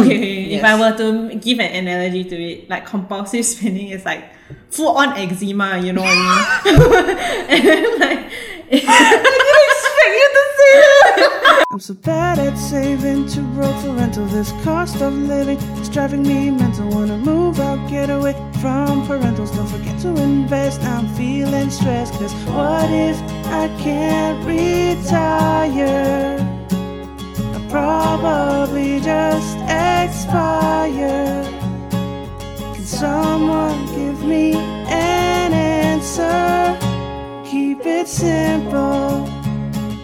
okay, if I Yes. were to give an analogy to it, like compulsive spending is like full on eczema, you know what I mean? and then like I'm so bad at saving, too broke for rental. This cost of living is driving me mental. Wanna move out, get away from parentals. Don't forget to invest. I'm feeling stressed, cause what if I can't retire? I probably just expire. Can someone give me an answer? Keep it simple.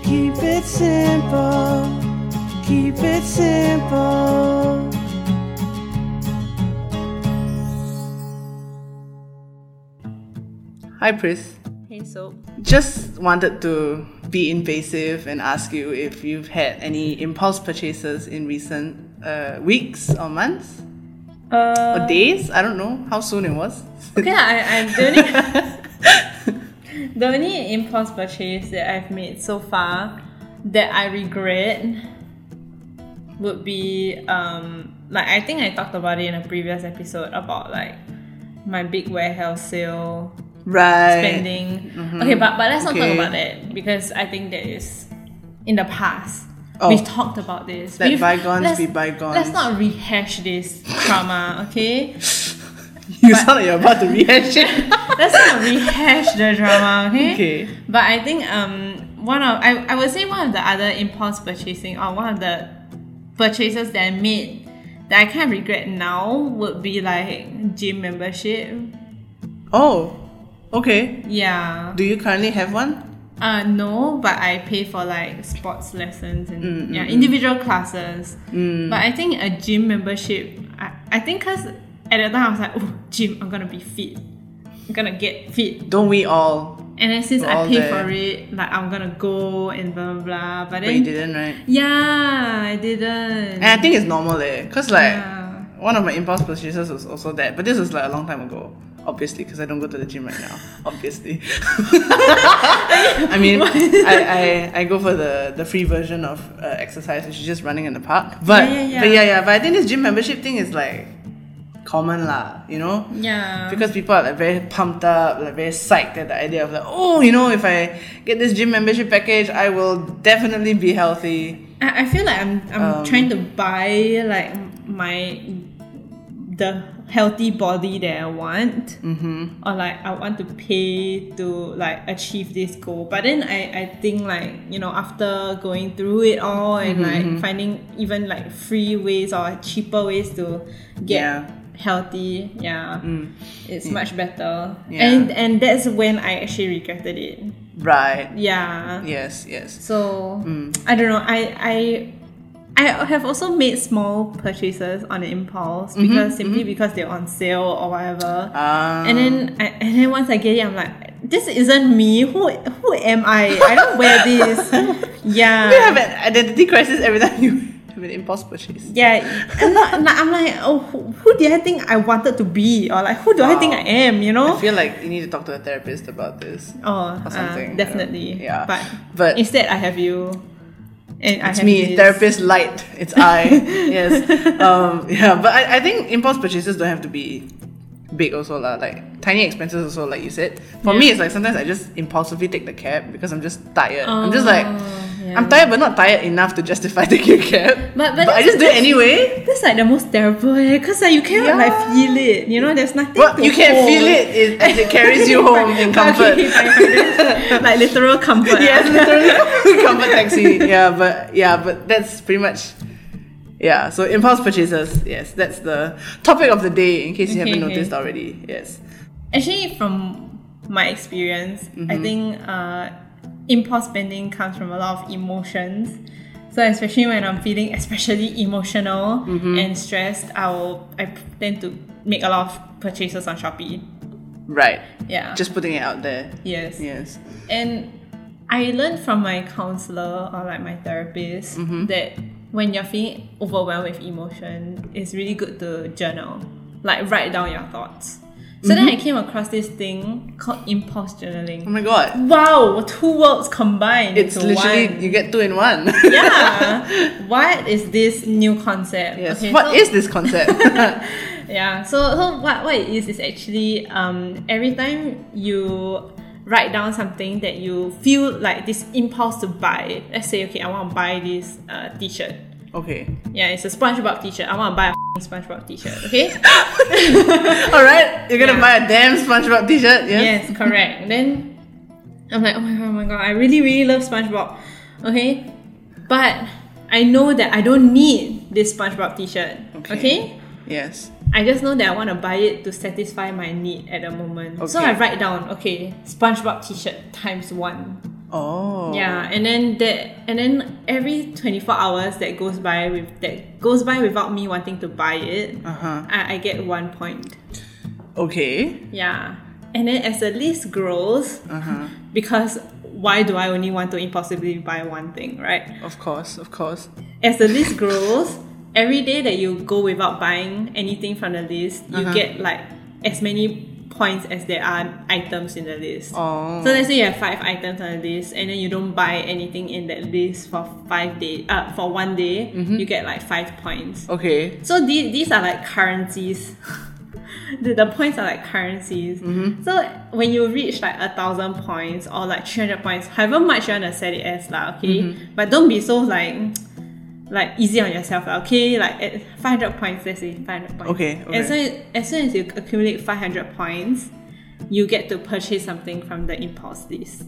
Keep it simple. Keep it simple. Hi, Pris. Hey so Just wanted to be invasive and ask you if you've had any impulse purchases in recent uh, weeks or months uh or days. I don't know how soon it was. okay, lah, I, I the only The only impulse purchase that I've made so far that I regret would be um like I think I talked about it in a previous episode about like my big warehouse sale right. spending. Okay, but but let's not talk Mm-hmm. Okay. about that because I think that is in the past. Oh. We've talked about this. Let We've- bygones let's- be bygones. Let's not rehash this trauma, okay? You sound like you're about to rehash it. let's not rehash the drama, okay? Okay. But I think um one of I, I would say one of the other impulse purchasing or one of the purchases that I made that I kind of regret now would be like gym membership. Oh, okay. Yeah. Do you currently have one? Uh no, but I pay for like sports lessons and Mm, yeah, individual classes. But I think a gym membership I, I think cause at the time I was like, oh gym, I'm gonna be fit. I'm gonna get fit. Don't we all? And then since I All pay the- for it, like I'm gonna go and blah blah blah. But But you then didn't, Eh. right? yeah, I didn't. And I think it's normal there, cause like Yeah. one of my impulse purchases was also that, but this was like a long time ago, obviously, because I don't go to the gym right now, obviously. I mean, I, I, I go for the, the free version of uh, exercise, which is just running in the park. But Yeah, yeah, yeah. but yeah, yeah. But I think this gym membership thing is like common lah, you know. yeah. Because people are like very pumped up, like very psyched at the idea of like, oh, you know, if I get this gym membership package, I will definitely be healthy. I, I feel like I'm I'm Um, trying to buy like my the healthy body that I want, mm-hmm. or like I want to pay to like achieve this goal. But then I I think like you know after going through it all Mm-hmm, and like finding even like free ways or cheaper ways to get. Yeah. Mm. Healthy, yeah, it's much better, Yeah. and and that's when I actually regretted it, Right. yeah. Yes, yes. So I don't know. I I I have also made small purchases on the impulse Mm-hmm, because simply because they're on sale or whatever. Um, and then I, and then once I get it, I'm like, this isn't me. Who who am I? I don't wear this. yeah. you have an identity crisis every time you have an impulse purchase. Yeah, I'm, not, like, I'm like, oh, who, who did I think I wanted to be, or like, who do I think I Wow. am? You know? I feel like you need to talk to a therapist about this. oh, or uh, something, definitely. yeah. But But- instead, I have you, and I It's have me, this. therapist light. It's I. yes. Um, yeah, but I, I think impulse purchases don't have to be big also lah. Like tiny expenses also, like you said. For me, it's like sometimes I just impulsively take the cab because I'm just tired. I'm just like, Oh, yeah. I'm tired, but not tired enough to justify taking a cab. But- but I that's- just do it anyway. That's like the most terrible, eh? Cause like you cannot Yeah. like feel it. You know, there's nothing. Well, to you can hold. feel it, it as it carries you home in comfort. Okay, fine, fine, fine. like literal comfort. ah. yes, literally comfort taxi. Yeah, but yeah, but that's pretty much. Yeah, so impulse purchases. Yes, that's the topic of the day. In case you Okay, haven't okay. noticed already. Yes. Actually, from my experience, I Mm-hmm. think uh, impulse spending comes from a lot of emotions. So especially when I'm feeling especially emotional Mm-hmm. and stressed, I will I tend to make a lot of purchases on Shopee. Right. Yeah. Just putting it out there. yes. Yes. And I learned from my counselor or like my therapist Mm-hmm. that when you're feeling overwhelmed with emotion, it's really good to journal, like write down your thoughts. So Mm-hmm. then I came across this thing called impulse Oh journaling. my god. Wow, two words combined. It's into literally one. you get two in one. yeah. What is this new concept? yes. What Okay, is so- this concept? Yeah. So, so what what it is is actually um, every time you write down something that you feel like this impulse to buy. Let's say okay, I want to buy this uh, t-shirt. okay. Yeah, it's a SpongeBob t-shirt. I want to buy a f***ing SpongeBob t-shirt. Okay. All right. You're gonna Yeah. buy a damn SpongeBob T-shirt. Yes. yes, correct. Then I'm like, oh my god, oh my god, I really really love SpongeBob. Okay, but I know that I don't need this SpongeBob t-shirt. Okay. okay? Yes. I just know that I want to buy it to satisfy my need at the moment. So Okay. I write down, okay, SpongeBob t-shirt times one. Oh. Yeah, and then that, and then every twenty four hours that goes by with that goes by without me wanting to buy it, Uh-huh. I, I get one point. Okay. Yeah, and then as the list grows, Uh-huh. because why do I only want to impossibly buy one thing, right? Of course. Of course. as the list grows, every day that you go without buying anything from the list, you get like as many points as there are items in the list. Oh. So let's say you have five items on the list, and then you don't buy anything in that list for five day, uh, for one day, you get like five points. Okay. So these these are like currencies. the, the points are like currencies. Mm-hmm. So when you reach like a thousand points or like three hundred points, however much you wanna set it as lah, okay. Mm-hmm. But don't be so like like easy on yourself lah, okay. Like at five hundred points, let's say five hundred points. Okay, okay. As soon as soon as you accumulate five hundred points, you get to purchase something from the impulse list.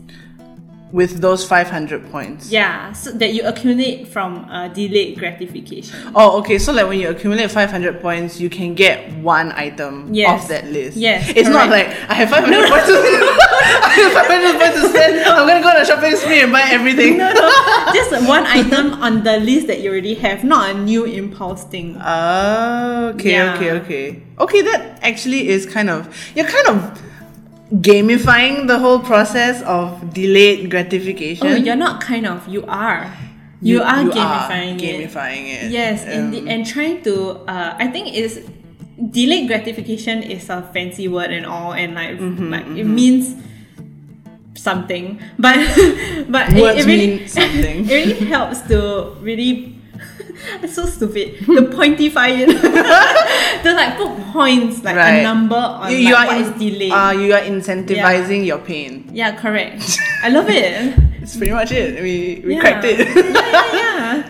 With those 500 points. Yeah, so that you accumulate from uh, delayed gratification. Oh, okay. So like when you accumulate 500 points, you can get one item Yes. off that list. Yes, It's not like correct. I have 500 points to I have 500 points to spend. I'm going to go on a shopping spree and buy everything. just one item on the list that you already have, not a new impulse thing. Oh, okay, Yeah. okay, okay. Okay, that actually is kind of you're kind of gamifying the whole process of delayed gratification. oh, you're not kind of. You are. You, are gamifying it. gamifying it. Yes, and Um, the, and trying to. Uh, I think is delayed gratification is a fancy word and all, and like Mm-hmm, like it means something, but but it- Words it, really mean something. it really helps to really. It's so stupid. The pointify it. to like put points, like Right. a number on you, like, you are what in- is delayed. Uh, you are incentivizing your pain. Yeah, correct. I love it. It's pretty much it. We we Yeah. cracked it. Yeah,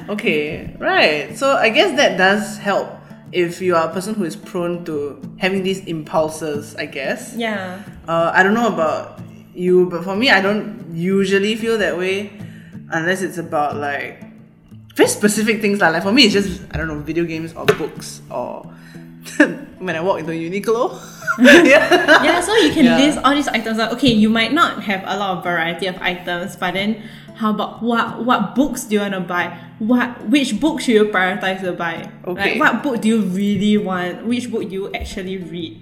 yeah. Okay, right. So I guess that does help if you are a person who is prone to having these impulses, I guess. Yeah. Uh, I don't know about you, but for me, I don't usually feel that way unless it's about like very specific things. Like, like for me, it's just, I don't know, video games or books or when I walk into Uniqlo. yeah. Yeah, so you can Yeah. list all these items out. Okay, you might not have a lot of variety of items, but then how about what what books do you want to buy? What which book should you prioritize to buy? Okay. Like what book do you really want? Which book do you actually read?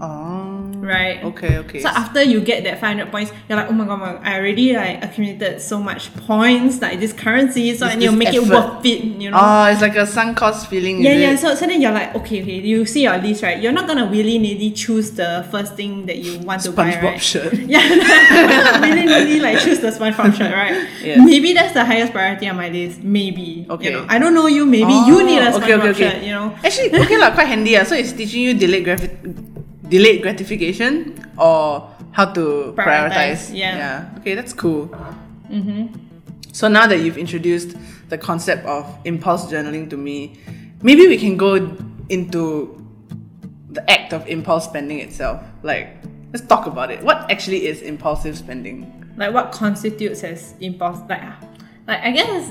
Oh. Right. Okay, okay. So after you get that 500 points, you're like, oh my god, my god, I already like accumulated so much points, like this currency, so I This- need to this make it effort. worth it, you know? Oh, it's like a sunk cost feeling. Yeah, is yeah. it? So, so then you're like, okay, okay. You see your list, right? You're not gonna willy nilly choose the first thing that you want to buy, SpongeBob right? shirt. Yeah, willy nilly like choose the SpongeBob shirt, right? Yeah. Maybe that's the highest priority on my list. Maybe. you Okay. know. I don't know you. Maybe you need a Oh, SpongeBob okay, okay, okay. shirt. You know. Actually, okay lah, quite handy ah. So it's teaching you delayed, grafi- delayed gratification or how to Prioritize, prioritize. yeah. Okay, that's cool. Mm-hmm. So now that you've introduced the concept of impulse journaling to me, maybe we can go into the act of impulse spending itself. Like, let's talk about it. What actually is impulsive spending? like what constitutes as impulse like like I guess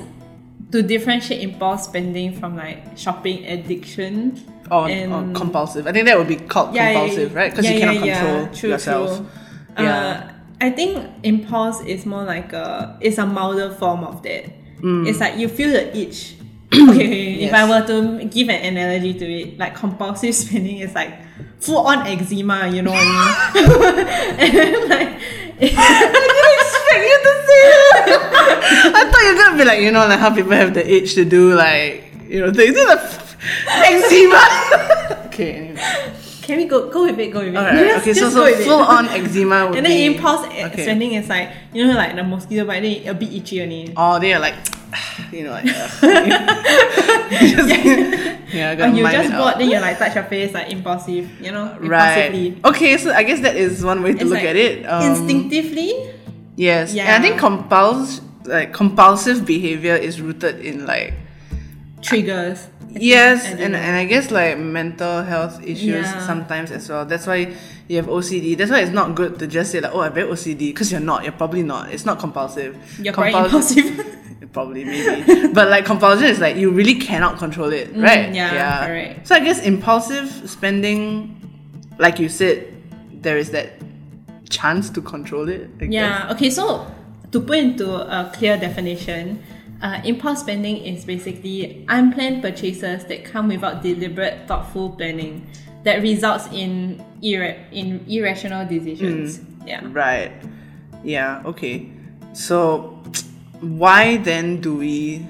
to differentiate impulse spending from like shopping addiction Or, or and- compulsive. I think that would be called compulsive, right? Because yeah, you cannot yeah, control yeah. True, yourself. true. Yeah. Uh, I think impulse is more like a it's a milder form of that. It's like you feel the itch. okay, okay, if I Mm. Yes. were to give an analogy to it, like compulsive spending is like full on eczema. You know what I mean? and then, like. expect you to say that. I thought you were gonna be like, you know, like how people have the itch to do like, you know, things. This is like eczema. okay. Anyway. Can we go go with it? Go with it. All right. Yes, okay. So, just go so with it. full on eczema would And then be, impulse e- okay. spending is like you know like the mosquito bite then a bit itchy only. Oh, they are like, you know, like. ugh. Just- yeah, I Or got you just bought then you like touch your face like impulsive, you know, Right. impulsively. Okay, so I guess that is one way to It's look like at it. Um, Instinctively, Yes. Yeah. And I think compuls like compulsive behavior is rooted in like triggers. yes, I do and, know. and I guess like mental health issues Yeah. sometimes as well. That's why you have OCD. That's why it's not good to just say like, oh, I have very OCD because you're not. You're probably not. It's not compulsive. You're Compul- quite impulsive. Probably maybe, but like compulsion is like you really cannot control it, right? Mm, yeah, correct. So I guess impulsive spending, like you said, there is that chance to control it. I guess. Yeah. Okay. So to put into a clear definition, uh, impulse spending is basically unplanned purchases that come without deliberate, thoughtful planning that results in irra- in irrational decisions. Mm. Yeah. Right. Yeah, okay. So, why then do we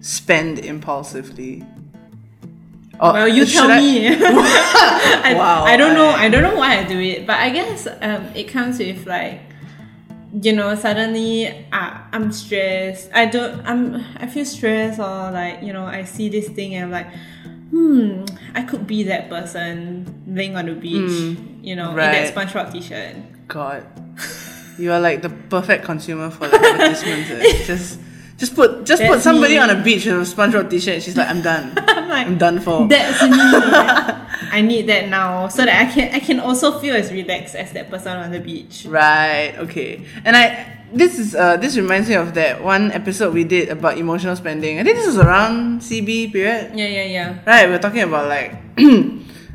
spend impulsively? Or Well, you should tell I- me. I, Wow, I don't know. I- I don't know why I do it, but I guess um, it comes with like, you know, suddenly uh, I'm stressed. I don't. I'm. I feel stressed, or like you know, I see this thing and I'm like, hmm, I could be that person laying on the beach, you know, in that Hmm, right. SpongeBob t-shirt. God, you are like the perfect consumer for the advertisements. eh. just, just put, just put That's somebody me. on a beach with a SpongeBob T-shirt. and She's like, I'm done. I'm like, I'm done for. that's me. I need that now, so that I can. I can also feel as relaxed as that person on the beach. Right. Okay. And I this is uh this reminds me of that one episode we did about emotional spending. I think this was around CB period. Yeah, yeah, yeah. Right, we we're talking about like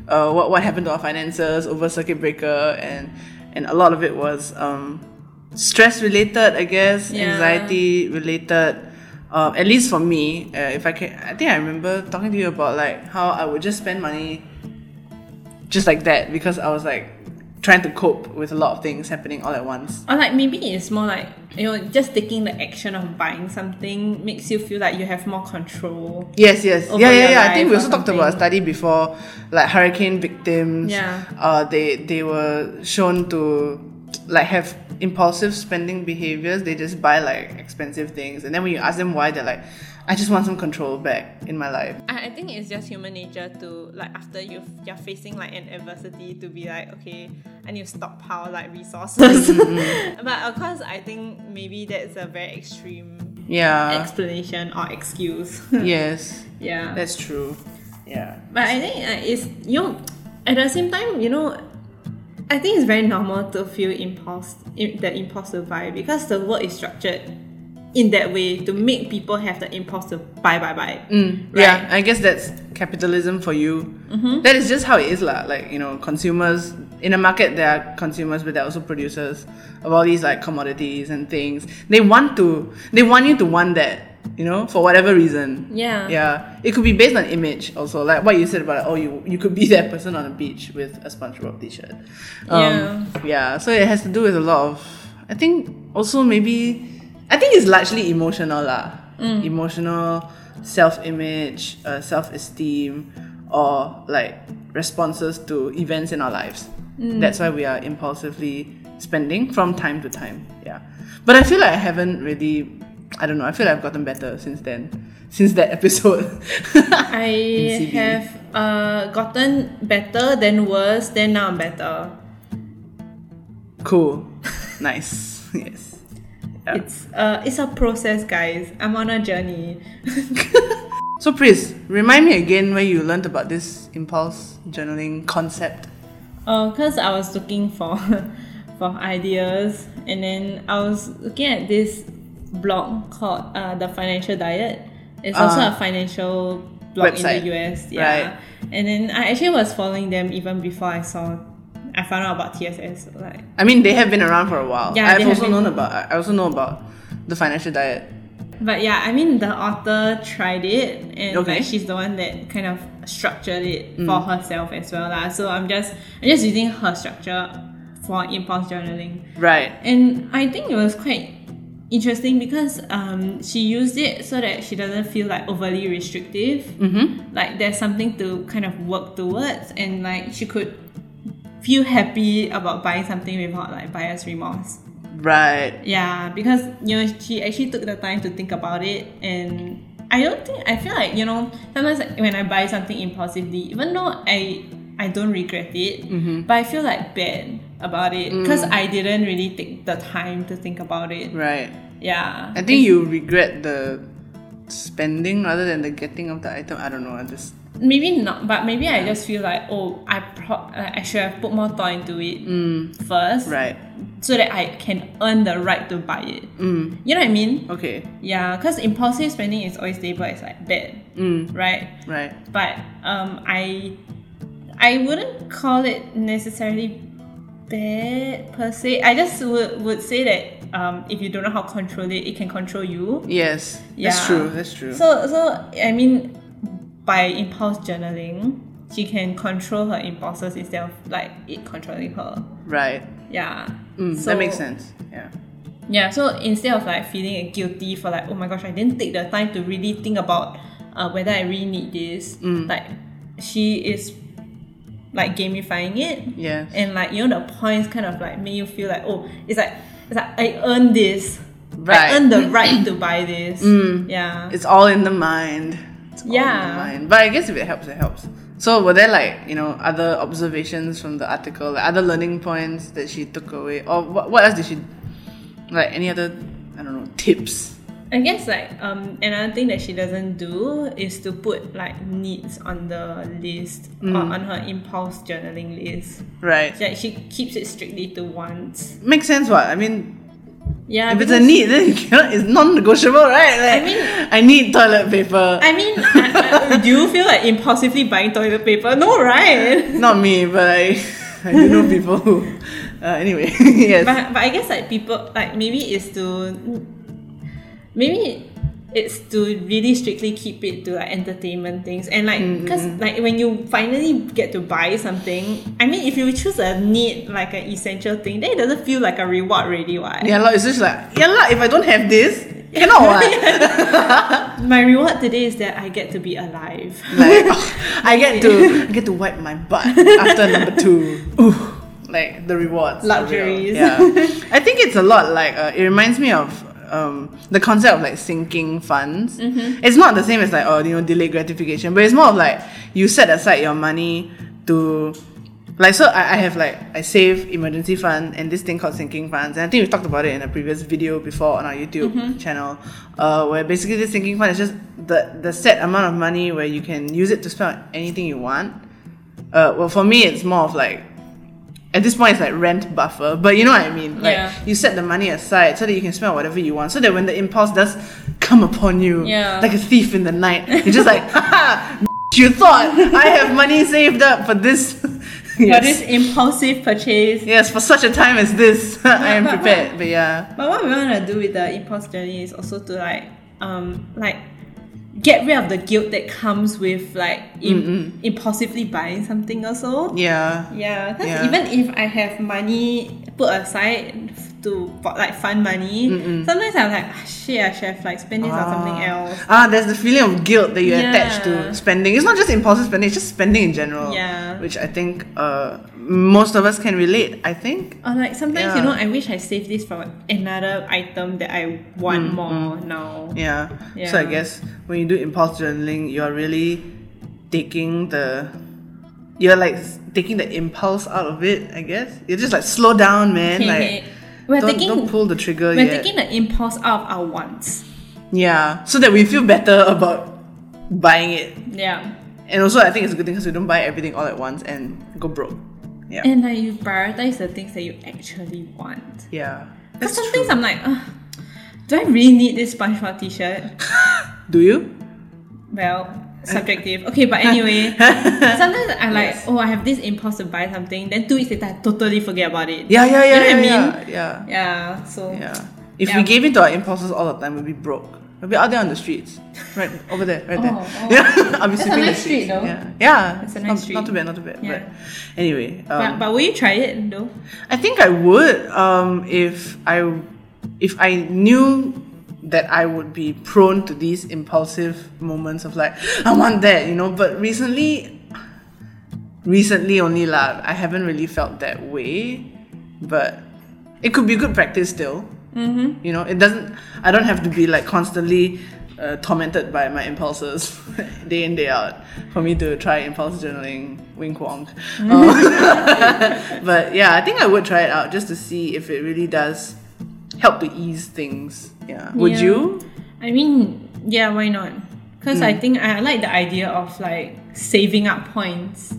uh, what what happened to our finances over circuit breaker, and and a lot of it was um, stress related, I guess, Yeah. anxiety related. Um, at least for me, uh, if I can, I think I remember talking to you about like how I would just spend money just like that because I was like trying to cope with a lot of things happening all at once. Or like maybe it's more like you know, just taking the action of buying something makes you feel like you have more control. Yes, yes, Over yeah, yeah, your yeah. I think we life also or talked about a something. study before, like hurricane victims. Yeah. Uh, they they were shown to like have impulsive spending behaviors. They just buy like expensive things, and then when you ask them why, they're like, "I just want some control back in my life." I, I think it's just human nature to like after you you're facing like an adversity to be like okay I need to stockpile like resources. but of course, I think maybe that's a very extreme Yeah. explanation or excuse. yes, yeah. that's true. Yeah. But I think uh, it's you know, at the same time, you know, I think it's very normal to feel impulse, im- the impulse to buy because the world is structured in that way to make people have the impulse to buy, buy, buy. Mm, Yeah, I guess that's capitalism for you. That is just how it is, lah. Like you know, consumers in a market, there are consumers, but there are also producers of all these like commodities and things. They want to, they want you to want that, you know, for whatever reason. Yeah. Yeah, it could be based on image also, like what you said about oh, you you could be that person on a beach with a SpongeBob T-shirt. Um, yeah. Yeah. So it has to do with a lot of, I think also maybe, I think it's largely emotional lah. Emotional, self-image, uh, self-esteem, or like responses to events in our lives. That's why we are impulsively spending from time to time. Yeah. But I feel like I haven't really. I don't know. I feel like I've gotten better since then. Since that episode. I CB. have uh, gotten better, then worse, then now I'm better. cool. Nice. Yes. Yeah. It's uh, it's a process, guys. I'm on a journey. So, please remind me again where you learned about this impulse journaling concept. because Oh, I was looking for for ideas, and then I was looking at this blog called uh, the Financial Diet. It's also Ah. a financial blog in Website. the US, Right. yeah. And then I actually was following them even before I saw, I found out about TSS. Like, I mean, they have been around for a while. Yeah, they I've have also been- known about. I also know about the financial diet. but yeah, I mean the author tried it, and Okay. Mm. like she's the one that kind of structured it for herself as well, lah. So I'm just I'm just using her structure for impulse journaling. Right. And I think it was quite interesting because um, she used it so that she doesn't feel like overly restrictive. Mm-hmm. Like there's something to kind of work towards, and like she could feel happy about buying something without like buyer's remorse. Right. Yeah, because you know she actually took the time to think about it, and I don't think I feel like you know sometimes when I buy something impulsively, even though I I don't regret it, Mm-hmm. but I feel like bad about it because I didn't really take the time to think about it. Mm. Right. Yeah, I think you regret the spending rather than the getting of the item. I don't know. I just maybe not, but maybe I just feel like oh I pro- like, I should have put more thought into it first, Mm. right. so that I can earn the right to buy it. Mm. You know what I mean? Okay. Yeah, because impulsive spending is always labeled as like bad, Mm. right? Right. But um, I I wouldn't call it necessarily bad per se. I just would, would say that um, if you don't know how to control it, it can control you. Yes. Yeah. That's true. That's true. So so I mean, by impulse journaling, she can control her impulses instead of like it controlling her. right. Yeah. Mm, So- that makes sense. Yeah. Yeah, so instead of like feeling guilty for like, oh my gosh, I didn't take the time to really think about uh, whether I really need this, Mm. like she is like gamifying it. Yes. And like, you know, the points kind of like make you feel like, oh, it's like, it's like I earned this. I Right. Mm. earned the right to buy this. Yeah. It's all in the mind. It's All in Yeah. the mind. But I guess if it helps, it helps. So were there like you know other observations from the article, like other learning points that she took away, or what, what else did she like? Any other I don't know tips? I guess like um another thing that she doesn't do is to put like needs on the list or Mm. on her impulse journaling list. Right. Like she keeps it strictly to wants. Makes sense. What I mean, Yeah, if it's a because- need, then you cannot, it's non-negotiable, right? Like, I mean- I need toilet paper. I mean, I, I, do you feel like impulsively buying toilet paper? No, right? Not me, but I, I do know people who. Uh, anyway, yes. But but I guess like people like maybe it's to maybe it's to really strictly keep it to like entertainment things and like Mm-hmm. because like when you finally get to buy something, I mean, if you choose a need like an essential thing, then it doesn't feel like a reward, really, why? yeah, lot. It's just like yeah, lot. If I don't have this, cannot what? My reward today is that I get to be alive. like oh, I get to I get to wipe my butt after number two. Ooh, like the rewards, are real. Luxuries. Yeah, I think it's a lot like uh, it reminds me of. Um, the concept of like sinking funds it's not the same as like oh you know delayed gratification but it's more of like you set aside your money to like so I, I have like i save emergency fund and this thing called sinking funds and i think we talked about it in a previous video before on our youtube channel uh, where basically this sinking fund is just the, the set amount of money where you can use it to spend on anything you want uh, well for me it's more of like at this point it's like rent buffer but you know what i mean like Yeah. you set the money aside so that you can spend on whatever you want so that when the impulse does come upon you Yeah. like a thief in the night you're just like haha you thought i have money saved up for this For yes. this impulsive purchase, yes for such a time as this i am but- but- prepared but yeah But what we want to do with the impulse journey is also to like, um, like get rid of the guilt that comes with like Im- impulsively buying something also. yeah Yeah, because Yeah. even if I have money put aside f- to for, like fund money, sometimes I'm like, ah, shit, I should have like spent this on something else. Ah, there's the feeling of guilt that you attach Yeah. to spending. It's not just impulsive spending; it's just spending in general. Yeah. which I think uh, most of us can relate. I think. Or like sometimes you Yeah. know, I wish I saved this for another item that I want more now. Yeah. So I Yeah. guess when you do impulse journaling, you're really taking the. You're like s- taking the impulse out of it. I guess you're just like slow down, man. Okay, like we're don't, taking don't pull the trigger we're yet. taking the impulse out of our wants. yeah, so that we feel better about buying it. Yeah. And also, I think it's a good thing because we don't buy everything all at once and go broke. Yeah. And like you prioritize the things that you actually want. yeah. Because some things I'm like, Ugh, do I really need this SpongeBob T-shirt? Do you? Well, subjective. Okay, but anyway, sometimes I'm like, oh, I have this impulse to buy something. Then two weeks later, I totally forget about it. Yeah, yeah, yeah. You know yeah, what I mean? Yeah, Yeah. So yeah. yeah. If Yeah. we gave in to our impulses all the time, we'd be broke. We'd be out there on the streets, right over there, right there. Oh, oh. Yeah, I'll be That's a sleeping in the nice street, streets. though. Yeah, yeah. That's a not, nice street. Not too bad, not too bad. Yeah. But anyway, um, but, but will you try it though? I think I would um, if I if I knew that I would be prone to these impulsive moments of like I want that, you know. But recently, recently only lah. I haven't really felt that way, but it could be good practice still. Mm-hmm. You know, it doesn't. I don't have to be like constantly uh, tormented by my impulses day in day out for me to try impulse journaling. Wink wonk. Mm-hmm. Um, but yeah, I think I would try it out just to see if it really does help to ease things. Yeah. Would Yeah. you? I mean, yeah, why not? Because Hmm. I think I like the idea of like saving up points.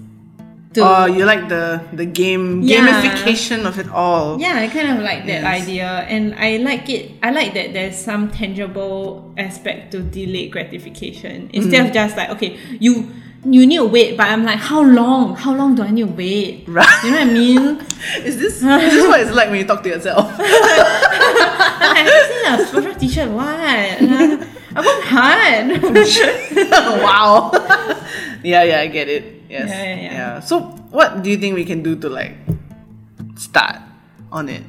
To, Oh, you like the the game Yeah. gamification of it all. yeah, I kind of like that Yes. idea, and I like it. I like that there's some tangible aspect to delayed gratification instead Mm. of just like okay, you you need to wait, but I'm like, how long? How long do I need to wait? Right. You know what I mean? Is this is this what it's like when you talk to yourself? I haven't seen a special teacher. What? I worked hard. wow. yeah, yeah, I get it. Yes. Yeah, yeah, yeah. So, what do you think we can do to like start on it?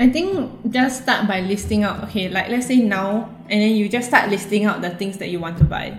I think just start by listing out. Okay, like let's say now, and then you just start listing out the things that you want to buy.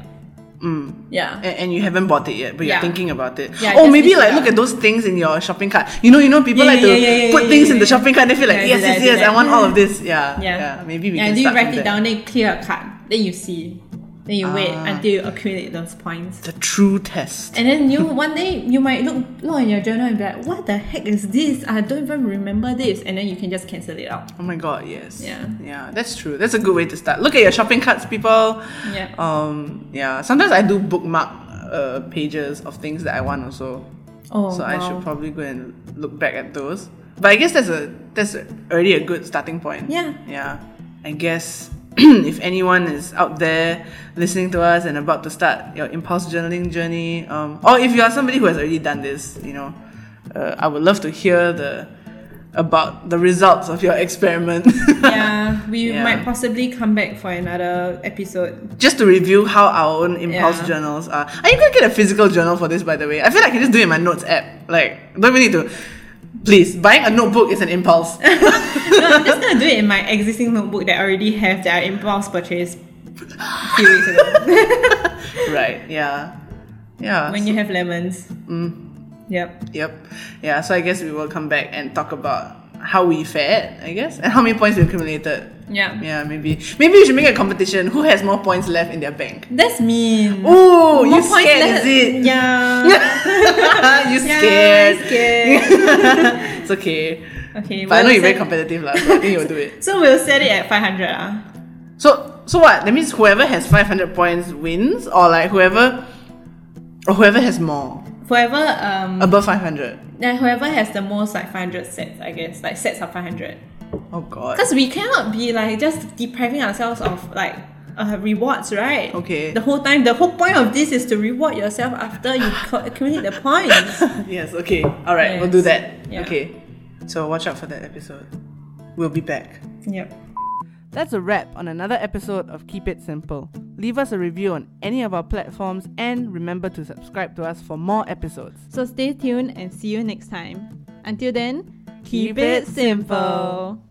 Mm. Yeah. And, and you haven't bought it yet, but you're Yeah. thinking about it. Yeah, oh, just maybe list it like out. look at those things in your shopping cart. You know, you know, people Yeah, like yeah, to yeah, yeah, put yeah, things yeah, in the yeah. shopping cart. They feel like Yeah, I yes, do yes, that, I yes. do I want that. all of this. Yeah, Yeah. yeah. maybe we yeah, can then you start write from it there. down, then you clear a card, then you see, then you wait Ah. until you accumulate those points, The true test. and then you one day you might look look in your journal and be like, what the heck is this? I don't even remember this, and then you can just cancel it out. Oh my god, yes. Yeah. Yeah, that's true. That's a good way to start. Look at your shopping carts, people. Yeah. Um, yeah. Sometimes I do bookmark uh, pages of things that I want also. Oh, so wow. I should probably go and look back at those. But I guess that's a that's already a good starting point. Yeah. Yeah. I guess if anyone is out there listening to us and about to start your impulse journaling journey, um, or if you are somebody who has already done this, you know, uh, I would love to hear the about the results of your experiment. yeah, we Yeah. might possibly come back for another episode. just to review how our own impulse Yeah. journals are. Are you gonna get a physical journal for this, by the way? I feel like I can just do it in my notes app. Like, don't even need to. Please, buying a notebook is an impulse. no, I'm just gonna do it in my existing notebook that I already have that I impulse purchased a few weeks ago. right? Yeah, yeah. when you have lemons. Mm. Yep. yep, yeah. So I guess we will come back and talk about how we fared, I guess, and how many points we accumulated. Yeah. Yeah, maybe maybe we should make a competition. Who has more points left in their bank? That's mean. More Oh, you points scared? left. Is it? Yeah. you Yeah, scared? I'm scared. it's okay. okay. But I know we'll you're very set- competitive, lah. So I think you'll do it. So we'll set it at 500. Ah. So so what? That means whoever has 500 points wins, or like whoever, or whoever has more Whoever um above 500. yeah, whoever has the most like 500 sets, I guess, like sets of 500. Oh god. Because we cannot be like just depriving ourselves of like uh, rewards, right? Okay. The whole time, the whole point of this is to reward yourself after you co- accumulate the points. Yes. Okay. All right. We'll Yes. do that. Yeah. Okay. So watch out for that episode. We'll be back. yep. That's a wrap on another episode of Keep It Simple. Leave us a review on any of our platforms and remember to subscribe to us for more episodes. So stay tuned and see you next time. Until then, keep it simple.